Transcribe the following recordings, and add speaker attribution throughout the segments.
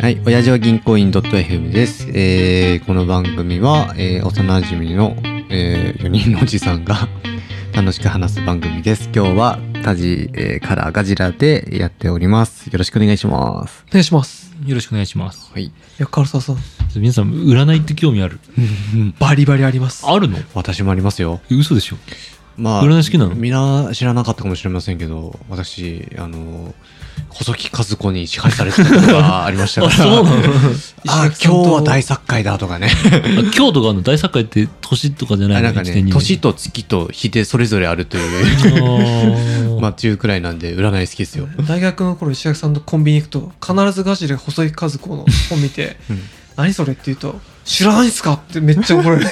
Speaker 1: はい、親父は銀行員 .fm です。えー、この番組は、えー、幼馴染の、えー、4人のおじさんが 楽しく話す番組です。今日は、タジ、えー、カラーガジラでやっております。よろしくお願いします。
Speaker 2: お願いします。
Speaker 3: よろしくお願いします。
Speaker 1: はい。
Speaker 2: いや、唐沢さん、
Speaker 3: 皆さん、占いって興味ある
Speaker 2: バリバリあります。
Speaker 3: あるの
Speaker 1: 私もありますよ。
Speaker 3: 嘘でしょ
Speaker 1: まあ、
Speaker 3: 占い好きなの
Speaker 1: みんな知らなかったかもしれませんけど、私、あの、細木和子に支配されてたことが ありましたから。
Speaker 3: そうなの
Speaker 1: あ、今日は大作会だとかね。
Speaker 3: 京都があるの大作会って年とかじゃない
Speaker 1: あ
Speaker 3: の
Speaker 1: なんか
Speaker 3: 一年
Speaker 1: ね、
Speaker 3: に
Speaker 1: 年と月と日でそれぞれあるという。
Speaker 3: あー
Speaker 1: まあ、中くらいなんで、占い好きですよ。
Speaker 2: 大学の頃、石垣さんとコンビニ行くと、必ずガジで細井和子の本見て、
Speaker 1: うん
Speaker 2: 何それって言うと、知らないっすかってめっちゃ怒られる。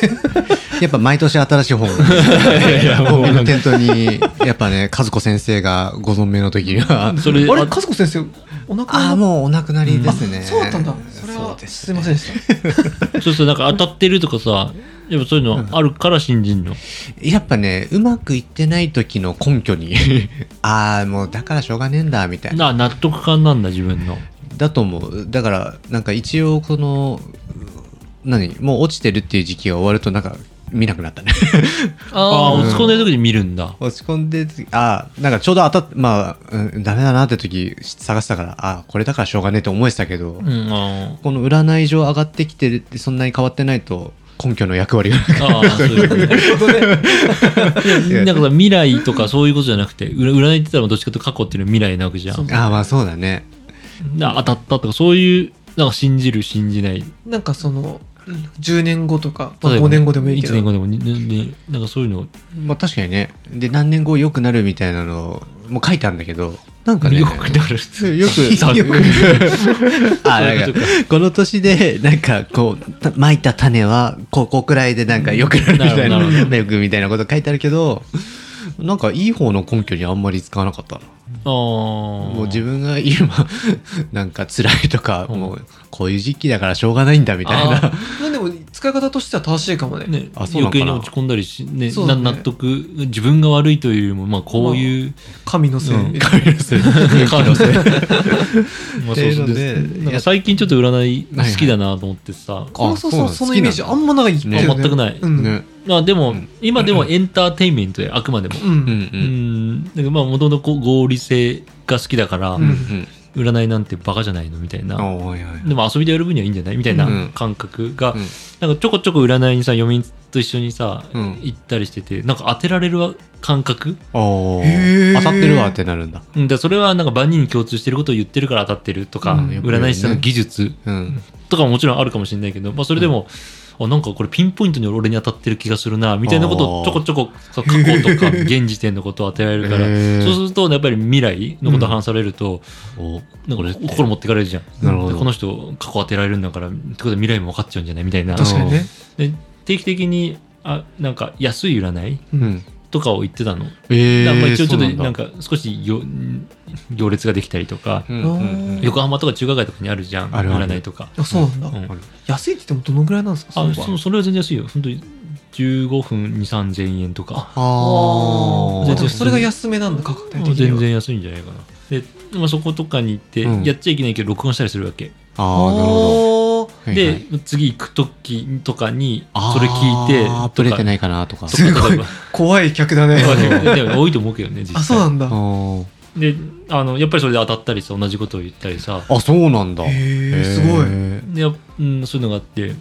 Speaker 1: やっぱ毎年新しい 本
Speaker 3: やいや
Speaker 1: コンビニ
Speaker 3: も
Speaker 1: の
Speaker 3: う
Speaker 1: 店頭に、やっぱね、和子先生がご存命の時には、
Speaker 3: それ
Speaker 2: あれ、
Speaker 3: あ
Speaker 2: 和子先生、お腹
Speaker 1: ああ、もうお亡くなりですね。
Speaker 2: そうだったんだ。それは、
Speaker 1: です
Speaker 2: いませんでした。
Speaker 3: そうそうなんか当たってるとかさやっぱそういうのあるから信じんの、
Speaker 1: やっぱね、うまくいってない時の根拠に、ああ、もうだからしょうがねえんだ、みたいな。
Speaker 3: な納得感なんだ自分の
Speaker 1: だと思う。だから、なんか一応、この、何もう落ちてるっていう時期が終わると、なんか、見なくなったね。
Speaker 3: ああ
Speaker 2: ー
Speaker 3: 落ち込んでる時に見るんだ、
Speaker 1: 落ち込んで、ああ、なんかちょうど当たっまあ、うん、ダメだなって時探したから、ああ、これだからしょうがねえって思えてたけど、
Speaker 3: うん、あ
Speaker 1: この占い上上がってきてるってそんなに変わってないと根拠の役割が
Speaker 3: ーあーそういうことね いやなんかさ未来とかそういうことじゃなくてうら占いって言ったらどっちかというと過去っていうのは未来なわけじゃん
Speaker 2: そう
Speaker 1: ああまあそうだね
Speaker 3: な当たったとかそういうなんか信じる信じない
Speaker 2: なんかその、10年後とか、まあ5年後でもいいけ
Speaker 3: 1年後で
Speaker 2: ど、
Speaker 3: もにねねなんかそういうの
Speaker 1: まあ確かにねで何年後良くなるみたいなのも書いてあるんだけどなんかね
Speaker 3: よくなる
Speaker 1: よ く
Speaker 3: よく
Speaker 1: あ
Speaker 3: そう
Speaker 1: ないん
Speaker 3: うこと
Speaker 1: かこの年でなんかこうたまいた種はここくらいでなんか良くなるみたい
Speaker 3: なるほどなる
Speaker 1: な
Speaker 3: ほど
Speaker 1: よくみたいなこと書いてあるけどなんかいい方の根拠にあんまり使わなかったな
Speaker 3: ああ
Speaker 1: もう自分が今なんか辛いとか、もうこういう時期だからしょうがないんだみたいな
Speaker 3: あ
Speaker 2: まあでも、使い方としては正しいかもね。
Speaker 3: ね
Speaker 1: あそうな
Speaker 3: 余
Speaker 1: のかな
Speaker 3: 計に落ち込んだりし、ね
Speaker 2: そうだ
Speaker 3: な
Speaker 2: ね
Speaker 3: 納得自分が悪いというよりもまあこういう、
Speaker 2: 神のせい。
Speaker 3: うん
Speaker 1: 感じする
Speaker 3: 感じまあそうそう
Speaker 1: ってい
Speaker 3: で
Speaker 1: うの
Speaker 3: す
Speaker 1: で
Speaker 3: なんか最近ちょっと占い好きだなと思ってさ、
Speaker 2: 唐沢さん、
Speaker 1: あそう
Speaker 2: そ
Speaker 1: なの
Speaker 2: のイメージあんまないけどね
Speaker 3: ね全くない
Speaker 2: うん
Speaker 1: ね
Speaker 3: まあでも、
Speaker 1: ん
Speaker 3: 今でもエンターテインメントであくまでも
Speaker 2: う
Speaker 1: うん
Speaker 2: ん。
Speaker 3: うんなんかまあもともと合理性が好きだから、
Speaker 2: うん
Speaker 1: うんうん
Speaker 3: 占いなんてバカじゃないのみたいな、
Speaker 1: あはいはい
Speaker 3: でも遊びでやる分にはいいんじゃないみたいな
Speaker 1: うん
Speaker 3: 感覚が、
Speaker 1: うん
Speaker 3: なんかちょこちょこ占いにさ嫁と一緒にさ、
Speaker 1: うん
Speaker 3: 行ったりしててなんか当てられる感覚
Speaker 1: おー
Speaker 2: へー
Speaker 1: 当たってるわってなるんだ
Speaker 3: うんだそれはなんか万人に共通してることを言ってるから当たってるとか、
Speaker 2: うん
Speaker 3: 占い師さんの技術
Speaker 1: うん
Speaker 3: とかももちろんあるかもしれないけど、まあ、それでも、あなんかこれピンポイントに俺に当たってる気がするなみたいなこと
Speaker 1: あー
Speaker 3: をちょこちょこそう過去とか現時点のことを当てられる から、
Speaker 1: へー
Speaker 3: そうするとやっぱり未来のことを話されると、
Speaker 1: お
Speaker 3: なんか俺心持ってかれるじゃん
Speaker 1: なるほど
Speaker 3: でこの人過去当てられるんだからってことは未来も分かっちゃうんじゃないみたいな
Speaker 2: 確かにね。
Speaker 3: で定期的にあなんか安い占い
Speaker 1: うん
Speaker 3: とかを言ってたの、
Speaker 1: え
Speaker 3: なんか一応ちょっと
Speaker 1: そう
Speaker 3: な
Speaker 1: だ
Speaker 3: んか少しよ行列ができたりとか、
Speaker 1: うんうんうん
Speaker 3: 横浜とか中華街とかにあるじゃん
Speaker 1: あるある
Speaker 3: 占いとか、
Speaker 2: あ、そうなんだ。
Speaker 3: うん
Speaker 2: 安いって言ってもどのぐらいなんですか
Speaker 3: あ
Speaker 2: そ
Speaker 3: そ
Speaker 2: の
Speaker 3: それは全然安いよ本当に15分2 3千円とか
Speaker 1: あ
Speaker 2: あ
Speaker 3: 全
Speaker 2: で
Speaker 1: ー
Speaker 3: 然
Speaker 2: もそれが安めなんだ、価格帯的に
Speaker 3: 全
Speaker 2: は。
Speaker 3: 然安いんじゃないかなで、まあ、そことかに行って、
Speaker 1: うん
Speaker 3: やっちゃいけないけど録音したりするわけ
Speaker 1: あーなるほ
Speaker 2: あ
Speaker 1: ど
Speaker 3: で、
Speaker 1: はいはい
Speaker 3: 次行く時とかに
Speaker 1: あー
Speaker 3: それ聞いて
Speaker 1: ブレて
Speaker 3: い
Speaker 1: ないかなとか
Speaker 3: とかとか
Speaker 2: すごい怖い客だね。
Speaker 3: とかでも多いと思うけどね実際
Speaker 2: あ、そうなん
Speaker 1: あ
Speaker 2: だ。
Speaker 1: ー
Speaker 3: であのやっぱりそれで当たったりさ同じことを言ったりさ
Speaker 1: あそうなんだへ
Speaker 2: へえ、
Speaker 1: ー
Speaker 2: すごい。
Speaker 3: で、うん、そういうのがあって、ね、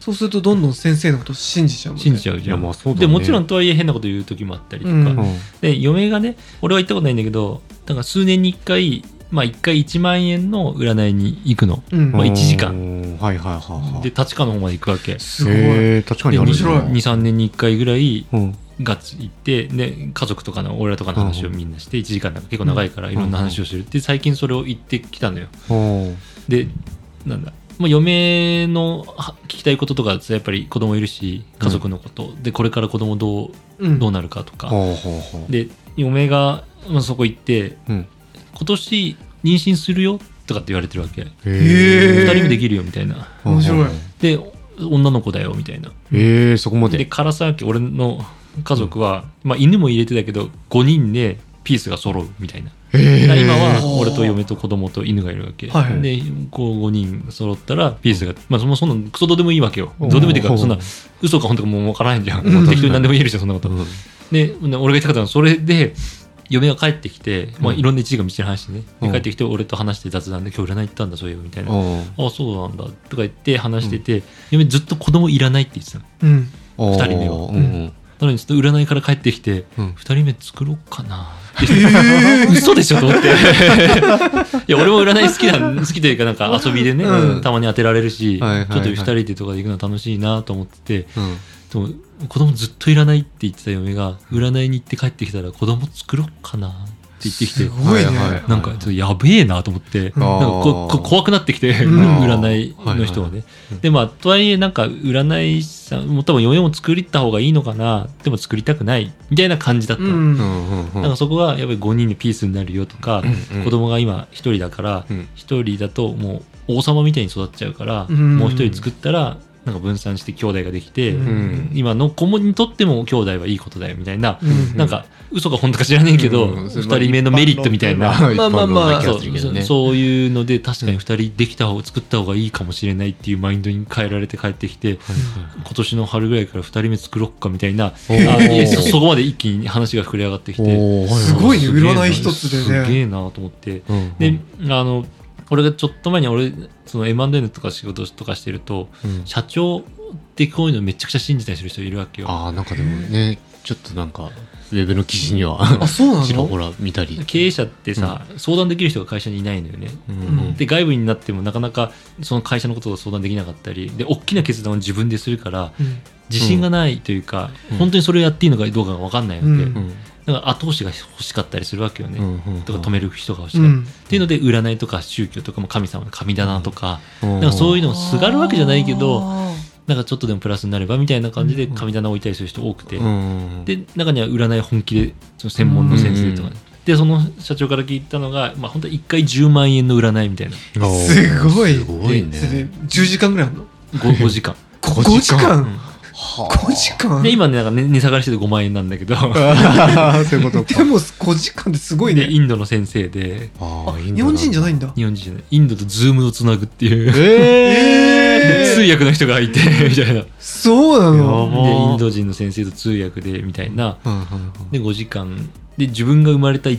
Speaker 2: そうするとどんどん先生のこと信じちゃうもんね。
Speaker 3: 信じちゃう
Speaker 1: い
Speaker 3: じゃ
Speaker 1: や
Speaker 3: ん、
Speaker 1: まあそうだね
Speaker 3: でもちろんとはいえ変なこと言う時もあったりとか、
Speaker 2: うん
Speaker 1: うん
Speaker 3: で嫁がね俺は行ったことないんだけどだから数年に1回まあ1回1万円の占いに行くの
Speaker 2: うん。
Speaker 3: まあ一時間
Speaker 1: 間はいはいはいはい
Speaker 3: で立川の方まで行くわけ
Speaker 2: すごい。
Speaker 1: へー確かに
Speaker 3: で
Speaker 1: あるんだ
Speaker 2: 面白
Speaker 3: 23
Speaker 2: い
Speaker 3: 年に1回ぐらい
Speaker 1: うん
Speaker 3: ガッツ行ってで家族とかの俺らとかの話をみんなして1時間なんか結構長いからいろんな話をするで最近それを言ってきたのよ
Speaker 1: おー
Speaker 3: でなんだまあ、嫁のは聞きたいこととかやっぱり子供いるし家族のこと、でこれから子供どう
Speaker 2: うん
Speaker 3: どうなるかとか、
Speaker 1: ほうほうほう
Speaker 3: で嫁が、まあ、そこ行って
Speaker 1: うん
Speaker 3: 今年妊娠するよとかって言われてるわけ、
Speaker 2: へ
Speaker 3: 2
Speaker 2: ー
Speaker 3: 人目できるよみたいな
Speaker 2: 面白い
Speaker 3: で女の子だよみたいな
Speaker 1: ええそこま
Speaker 3: で
Speaker 1: で
Speaker 3: 唐沢家俺の家族は、まあ、犬も入れてたけど5人でピースが揃うみたいな。
Speaker 1: え
Speaker 3: 今は
Speaker 2: おー
Speaker 3: 俺と嫁と子供と犬がいるわけ、
Speaker 2: はい
Speaker 3: でこう5人揃ったらピースが、まあ、そもそもそんなクソどうでもいいわけよどうでもいいっていう
Speaker 1: お
Speaker 3: か
Speaker 1: ー
Speaker 3: そんな嘘か本当かもう分からんじゃん、
Speaker 2: うん
Speaker 3: 適当に何でも言えるじゃんそんなこと、
Speaker 1: うん
Speaker 3: で俺が言いたかったのはそれで嫁が帰ってきて、まあ、
Speaker 1: うん
Speaker 3: いろんな一時間道の話でね、で
Speaker 1: うん
Speaker 3: 帰ってきて俺と話して雑談で今日占い行ったんだそういうみたいな、あ
Speaker 1: お
Speaker 3: あそうなんだとか言って話してて、嫁ずっと子供いらないって言ってたの
Speaker 2: うん。
Speaker 1: お
Speaker 3: 二人目は
Speaker 1: うんうん
Speaker 3: なのにちょっと占いから帰ってきて、
Speaker 1: う
Speaker 3: 二
Speaker 1: ん
Speaker 3: 人目作ろうかな って言って、嘘でしょと思って。いや、俺も占い好きなん、 好きというかなんか遊びでね、
Speaker 1: うん
Speaker 3: たまに当てられるし、
Speaker 1: はいはいはい
Speaker 3: ちょっと二人でとかで行くの楽しいなと思ってて、
Speaker 1: うん
Speaker 3: でも子供ずっといらないって言ってた嫁が、占いに行って帰ってきたら子供作ろうかなって言ってきて
Speaker 2: す、ごいね。
Speaker 1: はいはい
Speaker 3: なんかちょっとやべえなと思って、
Speaker 2: うん
Speaker 3: なんかここ怖くなってきて、
Speaker 2: うん
Speaker 3: 占いの人はね。で、まあ、とはいえ、なんか、占い師さん、もう多分4を作りた方がいいのかな、でも作りたくない、みたいな感じだった
Speaker 2: う。
Speaker 3: の。
Speaker 1: うんんうんうん
Speaker 3: なんかそこが、やっぱり5人でピースになるよとか、
Speaker 1: うんうん
Speaker 3: 子供が今1人だから、
Speaker 1: うん
Speaker 3: 1人だともう王様みたいに育っちゃうから、
Speaker 2: うん
Speaker 3: もう1人作ったら、なんか分散して兄弟ができて、
Speaker 2: うん
Speaker 1: うん
Speaker 3: 今の子にとっても兄弟はいいことだよ、みたいな、
Speaker 2: うん
Speaker 3: なんか、嘘か本当か知らねえけど、
Speaker 1: うん
Speaker 3: 2人目のメリットみたいな。
Speaker 2: まあまあまあ
Speaker 1: 一般論な気
Speaker 3: そ
Speaker 1: が
Speaker 3: う
Speaker 1: するけどね
Speaker 3: そういうので確かに2人できた方作った方がいいかもしれないっていうマインドに変えられて帰ってきて今年の春ぐらいから2人目作ろっかみたいなあ
Speaker 1: おー
Speaker 3: いやそそこまで一気に話が膨れ上がってきて
Speaker 1: おー
Speaker 2: すごいね
Speaker 3: すげえな
Speaker 2: 占い一つでね
Speaker 3: すげえなと思って
Speaker 1: うんうん
Speaker 3: であの俺がちょっと前に俺その M&N とか仕事とかしてると
Speaker 1: うん
Speaker 3: 社長ってこういうのめちゃくちゃ信じたりする人いるわけよ
Speaker 1: ああなんかでもねちょっとなんかウェブの記事には
Speaker 2: あ、そうな の
Speaker 1: ちらほら見たり
Speaker 3: 経営者ってさ、相談できる人が会社にいないのよね
Speaker 1: うん
Speaker 2: うん
Speaker 3: で外部になってもなかなかその会社のことを相談できなかったりで大きな決断を自分でするから
Speaker 2: うん
Speaker 3: 自信がないというか、
Speaker 1: うん
Speaker 3: 本当にそれをやっていいのかどうかが分かんないので、
Speaker 2: うん
Speaker 1: うん
Speaker 3: なんか後押しが欲しかったりするわけよね、
Speaker 1: うんうん
Speaker 3: とか止める人が欲しか
Speaker 2: う
Speaker 3: ったり、
Speaker 2: ん。
Speaker 3: っていうので占いとか宗教とかも神様の神棚とか,、
Speaker 1: うん
Speaker 3: なんかそういうのをすがるわけじゃないけ
Speaker 2: あ
Speaker 3: どなんかちょっとでもプラスになればみたいな感じで神棚を置いたりする人多くて、
Speaker 1: うん
Speaker 3: で中には占い本気でその専門の先生とかね、でその社長から聞いたのが、まあ、本当は1回10万円の占いみたいな
Speaker 1: おー
Speaker 2: すごい
Speaker 1: すごい
Speaker 2: ー。それで
Speaker 1: ね
Speaker 2: 10時間ぐらいあんの
Speaker 3: 5, 5時間。
Speaker 2: ?5
Speaker 1: 五
Speaker 2: 時
Speaker 1: 時間
Speaker 2: 間 ?5 時間
Speaker 3: で今ねなんかね値下がりしてて5万円なんだけど
Speaker 1: あ ーそういうことか
Speaker 2: でも5時間ってすごい
Speaker 3: で
Speaker 2: ね。
Speaker 3: インドの先生で
Speaker 1: あーいいんだ
Speaker 2: 日本人じゃないんだ。
Speaker 3: 日本人じゃないインドとズームをつなぐっていう、
Speaker 1: え
Speaker 3: 通訳の人がいてみたいなで
Speaker 2: そうな
Speaker 1: や
Speaker 2: の
Speaker 1: ばー
Speaker 3: インド人の先生と通訳でみたいな
Speaker 1: うんうんうん
Speaker 3: で5時間で自分が生まれた1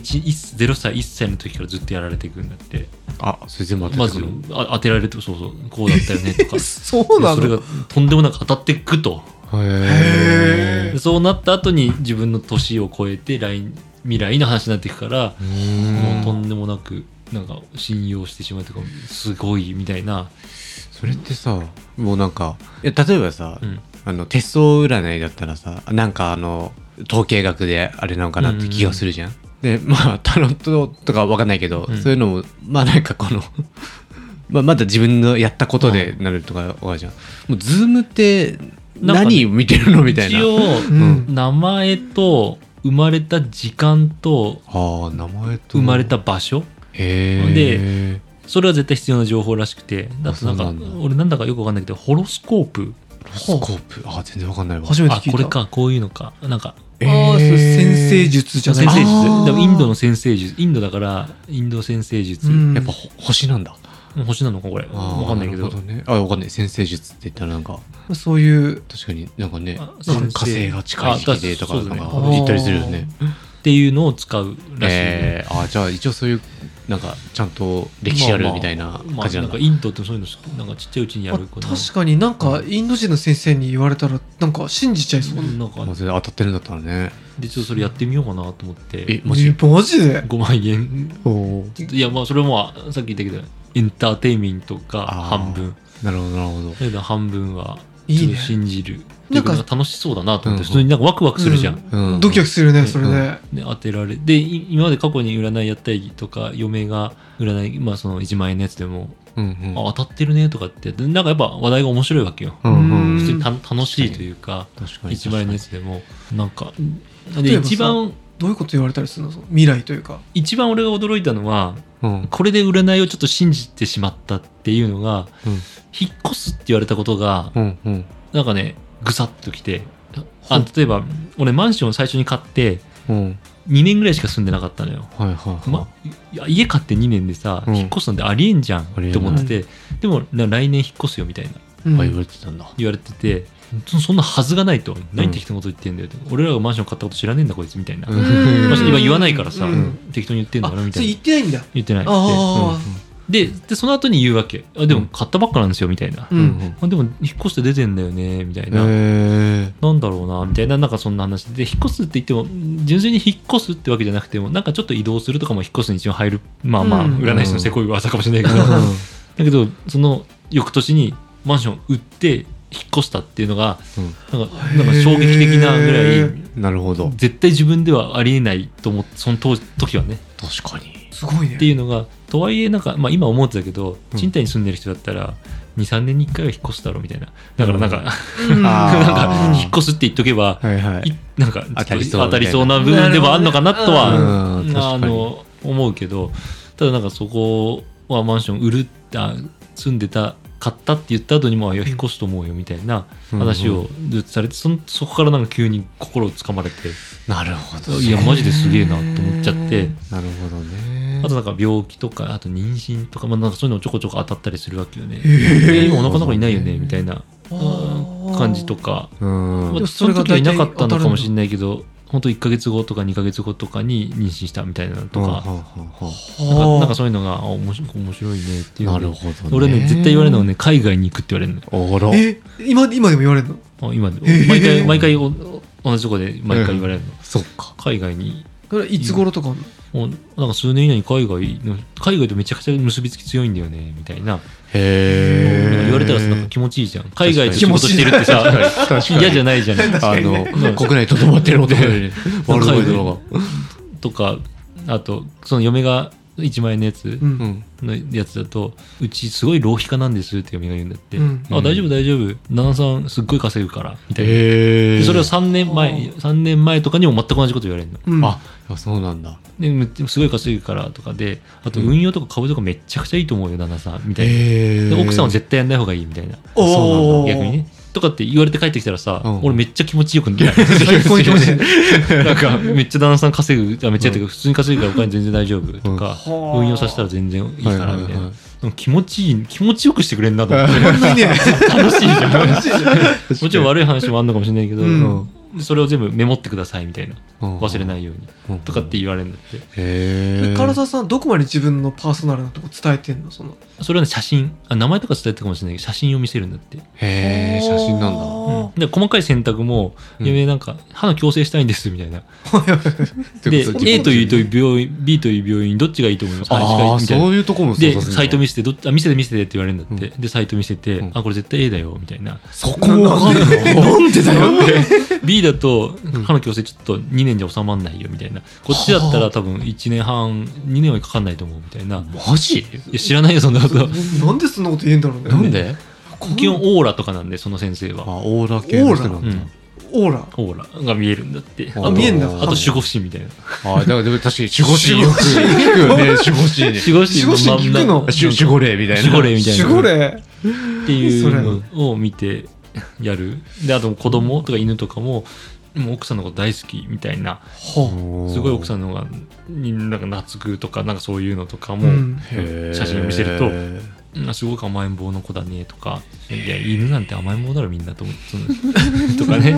Speaker 3: 0歳1歳の時からずっとやられていくんだって
Speaker 1: あそれ全部当
Speaker 3: ま
Speaker 1: てて
Speaker 3: ず
Speaker 1: くる
Speaker 3: あ当てられてそうそうこうだったよねとか
Speaker 2: そうな
Speaker 3: でそれ
Speaker 2: の
Speaker 3: がとんでもなく当たっていくと
Speaker 1: へ
Speaker 3: でそうなった後に自分の年を超えて来未来の話になっていくから
Speaker 1: えうん
Speaker 3: もうとんでもなくなんか信用してしまうとかすごいみたいな、
Speaker 1: それってさもうなんかいや例えばさ
Speaker 3: うん
Speaker 1: あの手相占いだったらさなんかあの統計学であれなのかなって気がするじゃん。でまあタロットとかわかんないけど、
Speaker 3: うん
Speaker 1: そういうのもまあなんかこの まあまだ自分のやったことでなるとかはじゃん。もうズームって
Speaker 3: なんかね
Speaker 1: 何見てるのみたいな。
Speaker 3: 一応
Speaker 2: うん。
Speaker 3: 名前と生まれた時間と
Speaker 1: ああ名前と
Speaker 3: 生まれた場所
Speaker 1: へえ。
Speaker 3: それは絶対必要な情報らしくてだとなんか
Speaker 1: あそうなんだ
Speaker 3: 俺なんだかよくわかんないけどホロスコープ
Speaker 1: スコープあー全然わかんないわ。
Speaker 2: 初めて
Speaker 3: あ
Speaker 2: 聞いた。
Speaker 3: これ。かこういうのかなんか
Speaker 1: え
Speaker 2: ああ、それ先生
Speaker 1: 術
Speaker 2: 術じゃ
Speaker 3: 先
Speaker 2: ない
Speaker 3: 生術
Speaker 1: あー
Speaker 3: でもインドの先生術インドだからインド先生術、
Speaker 2: うん
Speaker 1: やっぱほ星なんだ。
Speaker 3: 星なのかこれ
Speaker 1: あー
Speaker 3: わかんないけど
Speaker 1: るほね、あわかんない先生術って言ったらなんか
Speaker 2: そういう。
Speaker 1: 確かになんかね
Speaker 3: あ
Speaker 1: か
Speaker 3: 先生
Speaker 1: 火星が近い時期でとか
Speaker 3: あ
Speaker 1: な
Speaker 3: だ
Speaker 1: ん
Speaker 3: そう
Speaker 1: か
Speaker 3: だね
Speaker 1: 言ったりするよね。
Speaker 3: っていうのを使うらしい、
Speaker 1: えー、あじゃあ一応そういうなんかちゃんと歴史あるみたいな
Speaker 3: ま
Speaker 1: 感
Speaker 3: あ
Speaker 1: じなん
Speaker 3: ん
Speaker 1: だ
Speaker 3: か。インドってそういうのなんかちっちゃいうちにや
Speaker 2: あ
Speaker 3: ること
Speaker 2: 確かになんかインド人の先生に言われたらなんか信じちゃいそうな。
Speaker 3: なんか
Speaker 1: まあそれ当たってるんだったらね。
Speaker 3: でちょっとそれやってみようかなと思って
Speaker 1: えマジ？
Speaker 2: えマジで
Speaker 3: 5万円
Speaker 1: おお。
Speaker 3: いやまあそれもさっき言ったけどエンターテインメントが半分だ
Speaker 1: なるほどなるほど。
Speaker 3: けど半分はい
Speaker 2: いね
Speaker 3: 信じるな
Speaker 2: な
Speaker 3: んん
Speaker 2: か
Speaker 3: か楽しそうだなと思って、
Speaker 1: うん
Speaker 3: 普通になんかワクワクするじゃん、
Speaker 1: うん
Speaker 2: ドキドキするね、それ
Speaker 1: う
Speaker 2: ね。
Speaker 3: で当てられでい今まで過去に占いやったりとか嫁が占い、まあ、その1万円のやつでも、
Speaker 1: うん
Speaker 3: あ当たってるねとかってでなんかやっぱ話題が面白いわけよ、
Speaker 1: うんうん。
Speaker 2: うん
Speaker 3: 普通にた楽しいというか
Speaker 1: 確かに
Speaker 3: 1万円のやつでもなんか
Speaker 2: 例
Speaker 3: で
Speaker 2: えばさ
Speaker 3: 一番
Speaker 2: どういうこと言われたりするのその未来というか。
Speaker 3: 一番俺が驚いたのは
Speaker 1: うん
Speaker 3: これで占いをちょっと信じてしまったっていうのが、
Speaker 1: うん
Speaker 3: 引っ越すって言われたことが
Speaker 1: うんうん
Speaker 3: なんかねぐさっときてあ例えば俺マンションを最初に買って
Speaker 1: うん
Speaker 3: 2年ぐらいしか住んでなかったのよ、
Speaker 1: はいはい。
Speaker 3: ま、いや家買って2年でさ、
Speaker 1: うん
Speaker 3: 引っ越すなんてありえんじゃんって思ってて、でもな来年引っ越すよみたいな
Speaker 2: うん
Speaker 1: あ言われてたんだ。
Speaker 3: 言われててそそんなはずがないと何適当なこと言ってんだよって、俺らがマンション買ったこと知らねえんだこいつみたいな、
Speaker 1: うん
Speaker 2: うん
Speaker 3: まあ今言わないからさ、
Speaker 2: うん
Speaker 3: 適当に言ってんだ
Speaker 2: あ
Speaker 3: からみ
Speaker 2: そ
Speaker 3: た
Speaker 2: れ
Speaker 3: い
Speaker 2: 言
Speaker 3: な
Speaker 2: ってないんだ
Speaker 3: 言ってないって
Speaker 2: あ
Speaker 3: ででその後に言うわけあでも買ったばっかなんですよみたいな、
Speaker 2: あう
Speaker 1: うんん。
Speaker 3: あでも引っ越して出てんだよねみたいな、
Speaker 1: え
Speaker 3: なんだろうなみたいななんかそんな話で引っ越すって言っても純粋に引っ越すってわけじゃなくてもなんかちょっと移動するとかも引っ越すに一応入るまあまあ
Speaker 2: うん
Speaker 3: 占い師のせこい技かもしれないけど、
Speaker 1: ー。
Speaker 3: だけどその翌年にマンション売って引っ越したっていうのがなんかなんか衝撃的なぐ
Speaker 2: へ
Speaker 3: らい
Speaker 2: ー
Speaker 1: うんなるほど。
Speaker 3: 絶対自分ではありえないと思ってその当時はね
Speaker 1: 確かに。
Speaker 2: すごいね
Speaker 3: っていうのがとはいえなんか、まあ、今思ってたけど
Speaker 1: うん
Speaker 3: 賃貸に住んでる人だったら23年に1回は引っ越すだろうみたいなだから なんか、
Speaker 2: うん
Speaker 1: あー
Speaker 3: なんか引っ越すって言っとけば
Speaker 1: はいはいい。
Speaker 3: なんかちょっ
Speaker 1: 当
Speaker 3: と
Speaker 1: たりそう
Speaker 3: 当たりそうな部分でもあるのかなとは、
Speaker 1: うんうん
Speaker 3: あ
Speaker 1: 確かに
Speaker 3: の思うけどただなんかそこはマンション売るあ住んでた買ったって言った後にもあいや引っ越すと思うよみたいな話
Speaker 1: うんう
Speaker 3: をずっとされてそのそこからなんか急に心をつかまれて
Speaker 1: なるほど。
Speaker 3: いやマジですげえなと思っちゃっ
Speaker 2: へ
Speaker 3: て
Speaker 2: ー
Speaker 1: なるほどね。
Speaker 3: あとなんか病気とかあと妊娠とか,、まあ、なんかそういうのもちょこちょこ当たったりするわけよね。
Speaker 2: へ
Speaker 3: え
Speaker 2: ー
Speaker 3: 今お腹の中にいないよねみたいな
Speaker 2: あー
Speaker 3: 感じとか
Speaker 1: うん。
Speaker 3: ま
Speaker 2: で
Speaker 3: あ、
Speaker 2: も
Speaker 3: そ
Speaker 2: そ
Speaker 3: の
Speaker 2: れが
Speaker 3: 時は
Speaker 2: 大
Speaker 3: い
Speaker 2: 体
Speaker 3: なかったのかもしれないけど本当1か月後とか2か月後とかに妊娠したみたいなのと
Speaker 1: はは
Speaker 3: か、
Speaker 1: は
Speaker 3: なんかなん
Speaker 2: は
Speaker 3: か
Speaker 2: あ
Speaker 3: そういうのがあ面白面白いねっていう
Speaker 1: な
Speaker 3: ので
Speaker 1: るほどね。
Speaker 3: 俺ね絶対言われるのはね海外に行くって言われるのよ
Speaker 1: あら。
Speaker 2: え今今でも言われるの
Speaker 3: あ今で
Speaker 2: へー
Speaker 3: 毎回毎回お同じとこで毎回言われるの、
Speaker 1: そっか。
Speaker 3: 海外に
Speaker 2: それはいつ頃とかあんの
Speaker 3: もうなんか数年以内に海外の海外とめちゃくちゃ結びつき強いんだよねみたいな、
Speaker 1: へえ。
Speaker 3: 言われたらさなんか気持ちいいじゃん海外と仕事してるってさ
Speaker 1: 確かに。
Speaker 3: 嫌じゃないじゃん
Speaker 1: あの、国内とどまってるので、ワールドワイドのが。
Speaker 3: とかあとその嫁が1万円のやつ
Speaker 2: うん
Speaker 1: うん。
Speaker 3: のやつだとうちすごい浪費家なんですって嫁が言うんだって、
Speaker 2: うん
Speaker 3: あ大丈夫大丈夫旦那さんすっごい稼ぐからみたいな、
Speaker 1: へ
Speaker 3: で
Speaker 1: え。
Speaker 3: それを3年
Speaker 2: あ
Speaker 3: 前三年前とかにも全く同じこと言われるの
Speaker 2: うん
Speaker 1: あ、いやそうなんだ。
Speaker 3: でめすごい稼ぐからとかであと
Speaker 1: うん
Speaker 3: 運用とか株とかめっちゃくちゃいいと思うよ旦那さんみたいな、
Speaker 1: へえ。
Speaker 3: で奥さんは絶対やんない方がいいみたいな
Speaker 1: そ
Speaker 2: お
Speaker 1: う
Speaker 2: ー
Speaker 3: 逆にねとかって言われて帰ってきたらさ、
Speaker 1: うん
Speaker 3: 俺めっちゃ気持ちよくなる
Speaker 2: 最高に気持ちいい
Speaker 3: なんかめっちゃ旦那さん稼ぐあめっちゃやってるけど、普通に稼ぐからお金全然大丈夫とか、
Speaker 2: うん
Speaker 3: 運用させたら全然いいからみたいな、
Speaker 1: はいはいはい。
Speaker 3: でも気持ちいい気持ちよくしてくれんなと思って
Speaker 2: いいね
Speaker 3: 楽しいじゃん
Speaker 2: 楽しいじゃん
Speaker 3: もちろん悪い話もあんのかもしれないけど、
Speaker 2: うん
Speaker 3: それを全部メモってくださいみたいな忘れないいように
Speaker 1: うん
Speaker 3: とかって言われるんだって
Speaker 1: へえ。
Speaker 2: 唐沢さんどこまで自分のパーソナルなとこ伝えてんのその
Speaker 3: それはね写真あ名前とか伝えてたかもしれないけど写真を見せるんだって、
Speaker 1: へえ、写真なんだ。
Speaker 2: あ
Speaker 3: で細かい選択も「
Speaker 1: うん
Speaker 3: 嫁なんか歯の矯正したいんです」みたいな
Speaker 1: で
Speaker 3: で
Speaker 1: そ
Speaker 3: A という病院 B という病院どっちがいいと思いますか
Speaker 1: ああ、
Speaker 3: みたいな
Speaker 1: そういうとこもそう
Speaker 3: で
Speaker 1: そうそう
Speaker 3: サイト見せてどっちあ見せて見せてって言われるんだって、でサイト見せて、
Speaker 1: うん
Speaker 3: あこれ絶対 A だよみたいな
Speaker 1: そこ わかんないの
Speaker 2: なんでだよ
Speaker 3: B だと歯の矯正ちょっと2年じゃ収まんないよみたいなこっちだったら多分1年半2年はかかんないと思うみたいな
Speaker 1: マジ
Speaker 3: いや知らないよそんなこと
Speaker 2: なんでそんなこと言えんだろうね
Speaker 1: なんで
Speaker 3: 基本オーラとかなんでその先生
Speaker 1: あ、
Speaker 3: は
Speaker 1: オーラ系の人な
Speaker 3: うん
Speaker 1: だ
Speaker 3: ん。
Speaker 2: オーラ
Speaker 3: オーラが見えるんだって
Speaker 1: あ
Speaker 3: と
Speaker 2: 見えんだ
Speaker 3: あと守護神みたいな
Speaker 1: ああ、だからでも確かに守護神よく聞くよね、守護神に。
Speaker 3: 守護神
Speaker 2: 守護神聞く
Speaker 3: ま
Speaker 2: の
Speaker 3: んま
Speaker 1: 守守護霊みたいな。
Speaker 3: 守護霊みたい
Speaker 2: 守
Speaker 3: な
Speaker 2: 護霊
Speaker 3: っていうのを見てやるであと子供とか犬とかももう奥さんのこと大好きみたいなすごい奥さ
Speaker 1: ん
Speaker 3: んの方がになんか懐くとかなんかそういうのとか
Speaker 2: う
Speaker 3: も、
Speaker 2: ん
Speaker 3: 写真を見せるとうんすごく甘えん坊の子だね とか、いや、犬なんて甘えん坊だろ、みんなと思って、そのと かね。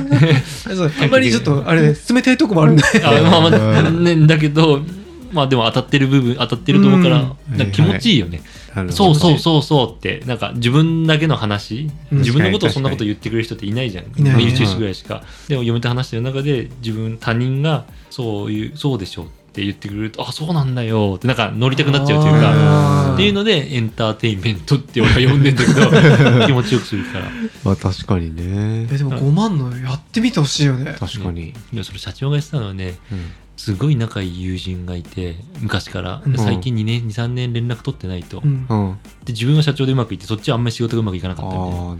Speaker 2: あそうあんまりちょっとあれ冷たいとこもあるんだ
Speaker 3: あまあまあ、ね、だけど、まあでも当たってる部分、当たってると思うから、
Speaker 1: うん
Speaker 3: なんか気持ちいいよね。そうそうそうそうって、なんか自分だけの話、
Speaker 2: うん
Speaker 3: 自分のことをそんなこと言ってくれる人っていないじゃん。
Speaker 2: いないね
Speaker 3: YouTube ぐらいしか。でも、嫁と話してる中で、自分、他人が、そういう、そうでしょうって言ってくれると、あ、そうなんだよって、なんか乗りたくなっちゃうというか。
Speaker 2: あー
Speaker 3: っていうのでエンターテインメントって俺は呼んでんだけ ど気持ちよくするから
Speaker 1: まあ確かにね
Speaker 2: え。でも5万のやってみてほしいよね
Speaker 1: 確かに。
Speaker 3: いやそれ社長が言ってたのはね
Speaker 1: うん
Speaker 3: すごい仲いい友人がいて昔から
Speaker 2: うん
Speaker 3: 最近2年23年連絡取ってないと、
Speaker 2: う
Speaker 3: で
Speaker 2: ん
Speaker 1: うん。
Speaker 3: 自分は社長でうまくいってそっちはあんまり仕事がうまくいかな
Speaker 1: あ
Speaker 3: か
Speaker 1: あ、
Speaker 3: った
Speaker 1: なる
Speaker 3: みたい
Speaker 1: ほ
Speaker 3: な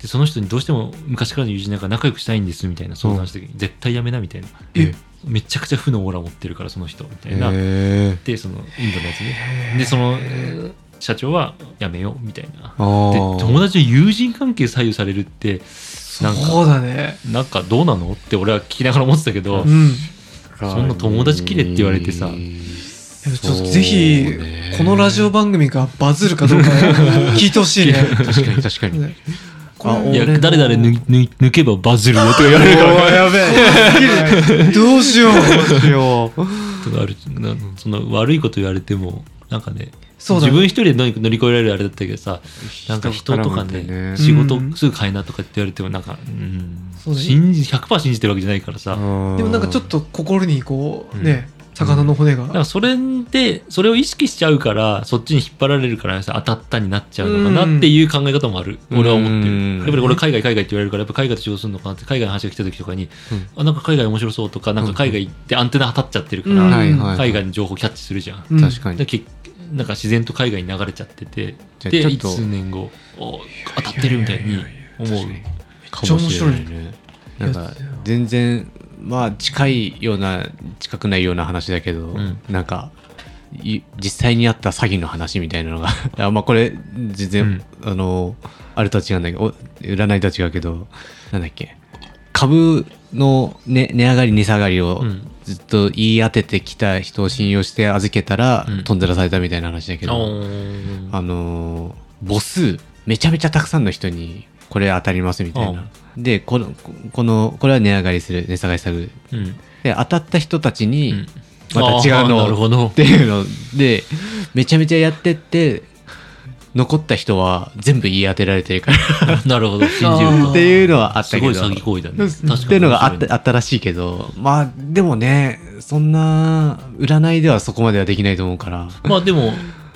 Speaker 3: でその人にどうしても昔からの友人だから仲良くしたいんですみたいな相談した時に、絶対やめなみたいな
Speaker 1: ど。
Speaker 2: え
Speaker 3: めちゃくちゃ負のオーラ持ってるからその人みたいな、
Speaker 1: へえ。
Speaker 3: でそのインドのやつねでその社長はやめようみたいな
Speaker 1: ああ。
Speaker 3: で友達の友人関係左右されるってなんか
Speaker 2: そうだね
Speaker 3: なんかどうなのって俺は聞きながら思ってたけど、
Speaker 2: うん
Speaker 1: か
Speaker 3: そんな友達切れって言われてさ
Speaker 2: でもちょっとぜひ
Speaker 1: そうね
Speaker 2: このラジオ番組がバズるかどうか聞いてほしいね。
Speaker 1: 確かに確かに
Speaker 2: ねこ
Speaker 1: あ
Speaker 2: れ
Speaker 1: お
Speaker 3: いや
Speaker 1: 俺の
Speaker 3: 誰々抜抜抜けばバズるよとか言われるから
Speaker 1: おーやべえ
Speaker 2: どうしよう。
Speaker 1: どうしよう
Speaker 3: とかあるなその悪いこと言われてもなんかね
Speaker 2: そうだ
Speaker 3: 自
Speaker 2: ね
Speaker 3: 分一人で乗り乗り越えられるあれだったけどさなんか人とかね仕事
Speaker 2: うん
Speaker 3: すぐ変えなとかって言われてもなんか、うん
Speaker 2: そうだね
Speaker 3: 信じ100%信じてるわけじゃないからさ、だ
Speaker 2: でもなんかちょっ
Speaker 1: と
Speaker 2: と心にこうね、
Speaker 1: ん
Speaker 2: 魚の骨
Speaker 3: から
Speaker 2: が。
Speaker 3: それでそれを意識しちゃうからそっちに引っ張られるからさ当たったになっちゃうのかなっていう考え方もある、
Speaker 1: うん
Speaker 3: 俺は思ってる、
Speaker 1: うん
Speaker 3: やっぱり俺海外海外って言われるからやっぱ海外と仕事するのかなって海外の話が来た時とかに、
Speaker 1: うん
Speaker 3: あなんか海外面白そうとかなんか海外行ってアンテナ当たっちゃってるから、
Speaker 2: うん
Speaker 1: はいはい
Speaker 3: 海外の情報キャッチするじゃん、
Speaker 2: うん
Speaker 1: 確かに
Speaker 3: で結なんか自然と海外に流れちゃってて
Speaker 1: じゃあ
Speaker 3: で
Speaker 1: ちょっと
Speaker 3: 1年後お当たってるみたいに思う
Speaker 1: かもしれないねな
Speaker 2: め
Speaker 1: ん
Speaker 2: っちゃ面白い
Speaker 1: か全然まあ近いような近くないような話だけど、
Speaker 3: ん
Speaker 1: なんかい実際にあった詐欺の話みたいなのがあまあこれ全然、あのあれとは違うんだけどお占いとは違うけどなんだっけ株の、ね、値上がり値下がりを
Speaker 3: うん
Speaker 1: ずっと言い当ててきた人を信用して預けたら、
Speaker 3: うん
Speaker 1: とんざらされたみたいな話だけど、
Speaker 3: あ
Speaker 1: あのー母数めちゃめちゃたくさんの人にこれ当たりますみたいな。でこのここのこれは値上がりする値下がりする
Speaker 3: ーうん
Speaker 1: で当たった人たち
Speaker 3: う
Speaker 1: に
Speaker 3: ん
Speaker 1: また違う
Speaker 3: あーなる
Speaker 1: の
Speaker 3: ほど
Speaker 1: っていうのでめちゃめちゃやってって残った人は全部言い当てられてるから
Speaker 3: なるほど信じる
Speaker 2: あ
Speaker 3: か
Speaker 2: ー
Speaker 1: っていうのはあった
Speaker 3: す
Speaker 1: け
Speaker 3: ご
Speaker 1: ど
Speaker 3: い詐欺行為だね確かに
Speaker 1: っていうのがあっ
Speaker 3: 面白いね
Speaker 1: たあったらしいけどまあでもねそんな占いではそこまではできないと思うから
Speaker 3: まあでも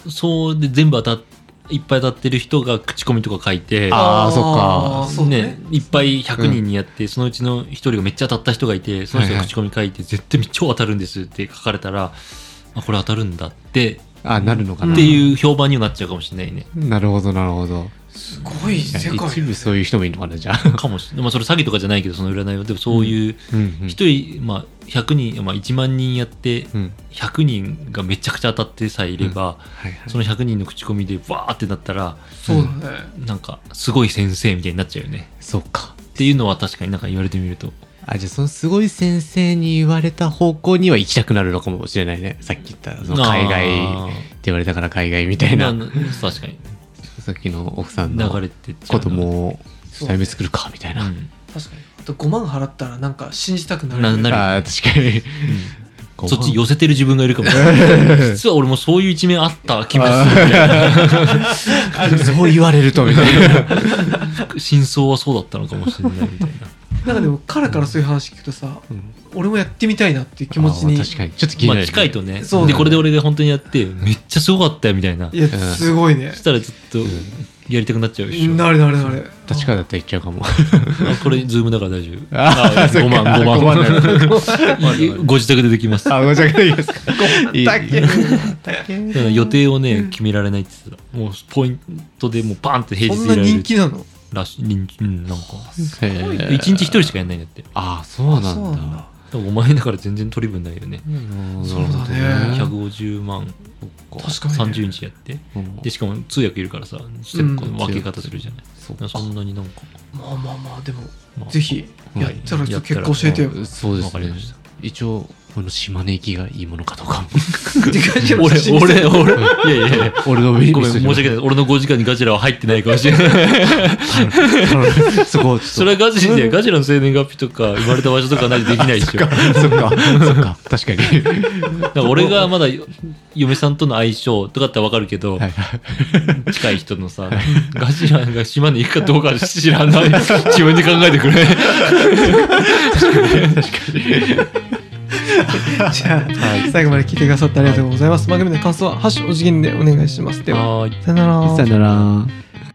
Speaker 3: そうで全部当たっいっぱい当たってる人が口コミとか書いて
Speaker 1: あー
Speaker 2: あー
Speaker 1: そ
Speaker 2: そうだ
Speaker 3: ね
Speaker 2: ね。、
Speaker 3: いっぱい100人にやって、そのうちの1人がめっちゃ当たった人がいてその人が口コミ書いて、絶対超当たるんですって書かれたらあこれ当たるんだって
Speaker 1: あなるのかな
Speaker 3: っていう評判にはなっちゃうかもしれないね。
Speaker 1: なるほどなるほど
Speaker 2: すごい世
Speaker 1: 一
Speaker 2: 界。
Speaker 1: 部そういう人もいるのかなじゃあ
Speaker 3: かもしれない。まあそれ詐欺とかじゃないけど、その占いは。でもそういう、一人、まあ100人、まあ1万人やって、
Speaker 1: うん
Speaker 3: 100人がめちゃくちゃ当たってさえいれば、
Speaker 1: はいはい
Speaker 3: その100人の口コミでわーってなったら、
Speaker 2: そうだね。
Speaker 3: なんかすごい先生みたいになっちゃうよね。
Speaker 1: そうか
Speaker 3: っていうのは確かになんか言われてみると。
Speaker 1: あじゃあそのすごい先生に言われた方向には行きたくなるのかもしれないねさっき言ったその海外って言われたから海外みたい
Speaker 3: な
Speaker 1: な、
Speaker 3: 確かに。
Speaker 1: さっきの奥さんの
Speaker 3: 流れてっちゃ
Speaker 1: 子
Speaker 3: う
Speaker 1: 供を
Speaker 2: そう
Speaker 1: 下見作るかみたいな、
Speaker 3: う
Speaker 2: 確かに。あと5万払ったらなんか信じたくなる。
Speaker 3: ななる
Speaker 1: あー確かに、
Speaker 3: んそっち寄せてる自分がいるかもしれない。実は俺もそういう一面あった気もするみたいな。
Speaker 1: そう言われるとみたいな
Speaker 3: 真相はそうだったのかもしれないみたいな。
Speaker 2: なんかでも、からからそういう話聞くとさ、
Speaker 1: ん
Speaker 2: 俺もやってみたいなっていう気持ちに。
Speaker 1: あー確かにちょっと気にな
Speaker 3: ま
Speaker 1: る、
Speaker 3: あ近いとね
Speaker 2: そうだね
Speaker 3: でこれで俺が本当にやってめっちゃすごかったよみたいない
Speaker 2: や、
Speaker 1: ん
Speaker 2: すごいね
Speaker 3: そし。たらちょっとやりたくなっちゃうでしょ、
Speaker 2: なれなれなれ。
Speaker 1: 確かだったら行っちゃうかも
Speaker 3: あこれズームだから大丈夫
Speaker 1: あー
Speaker 3: あ5万5万
Speaker 1: 5万だ
Speaker 3: いいご自宅でできます
Speaker 1: あごちゃごちゃいいですか いい
Speaker 2: だっけ
Speaker 3: だから予定をね決められないって言ってたもうポイントでもうバンって平
Speaker 2: そ
Speaker 3: 日
Speaker 2: ん
Speaker 3: 入れら
Speaker 2: な
Speaker 3: れ
Speaker 2: 人
Speaker 3: る
Speaker 2: 気なの
Speaker 3: らしい人気うんなんか
Speaker 1: へー
Speaker 3: 1日一人しかやんないんだって
Speaker 1: あーそうなんだ
Speaker 2: そうなんだ
Speaker 3: でもお前だから全然取り分ないよね
Speaker 2: そうだね
Speaker 3: 150万
Speaker 2: 確かにね
Speaker 3: 30日やって
Speaker 1: うん
Speaker 3: でしかも通訳いるからさして
Speaker 2: うん
Speaker 3: この分け方するじゃない、
Speaker 1: そ
Speaker 3: だからそんなになんか
Speaker 2: まあまあまあ、でも、
Speaker 3: まあ
Speaker 2: ぜひ、
Speaker 1: うん
Speaker 2: やったらちょっと結果教えてよ。
Speaker 1: そうで
Speaker 3: わ
Speaker 1: す
Speaker 3: か
Speaker 1: ね
Speaker 3: りました
Speaker 1: 一応この島根行きがいいものかどうかも
Speaker 3: 俺、俺、俺、いやいやいや。
Speaker 1: 俺の
Speaker 3: ごめん、申し訳ない。俺の5時間にガジラは入ってないかもしれない。
Speaker 1: ないそこ
Speaker 3: それはガジラで、ガジラの生年月日とか、生まれた場所とかないとできないでしょ。だか
Speaker 1: そっかそっか確かに
Speaker 3: ら俺がまだよ嫁さんとの相性とかってわかるけど、
Speaker 1: はいはい
Speaker 3: 近い人のさ、ガジラが島に行くかどうか知 らない。自分で考えてくれ。
Speaker 2: じゃあ、最後まで聞いてくださってありがとうございます。番組の感想は、ハッシュお辞儀でお願いします。では、
Speaker 3: はーい
Speaker 2: さよなら
Speaker 1: さよなら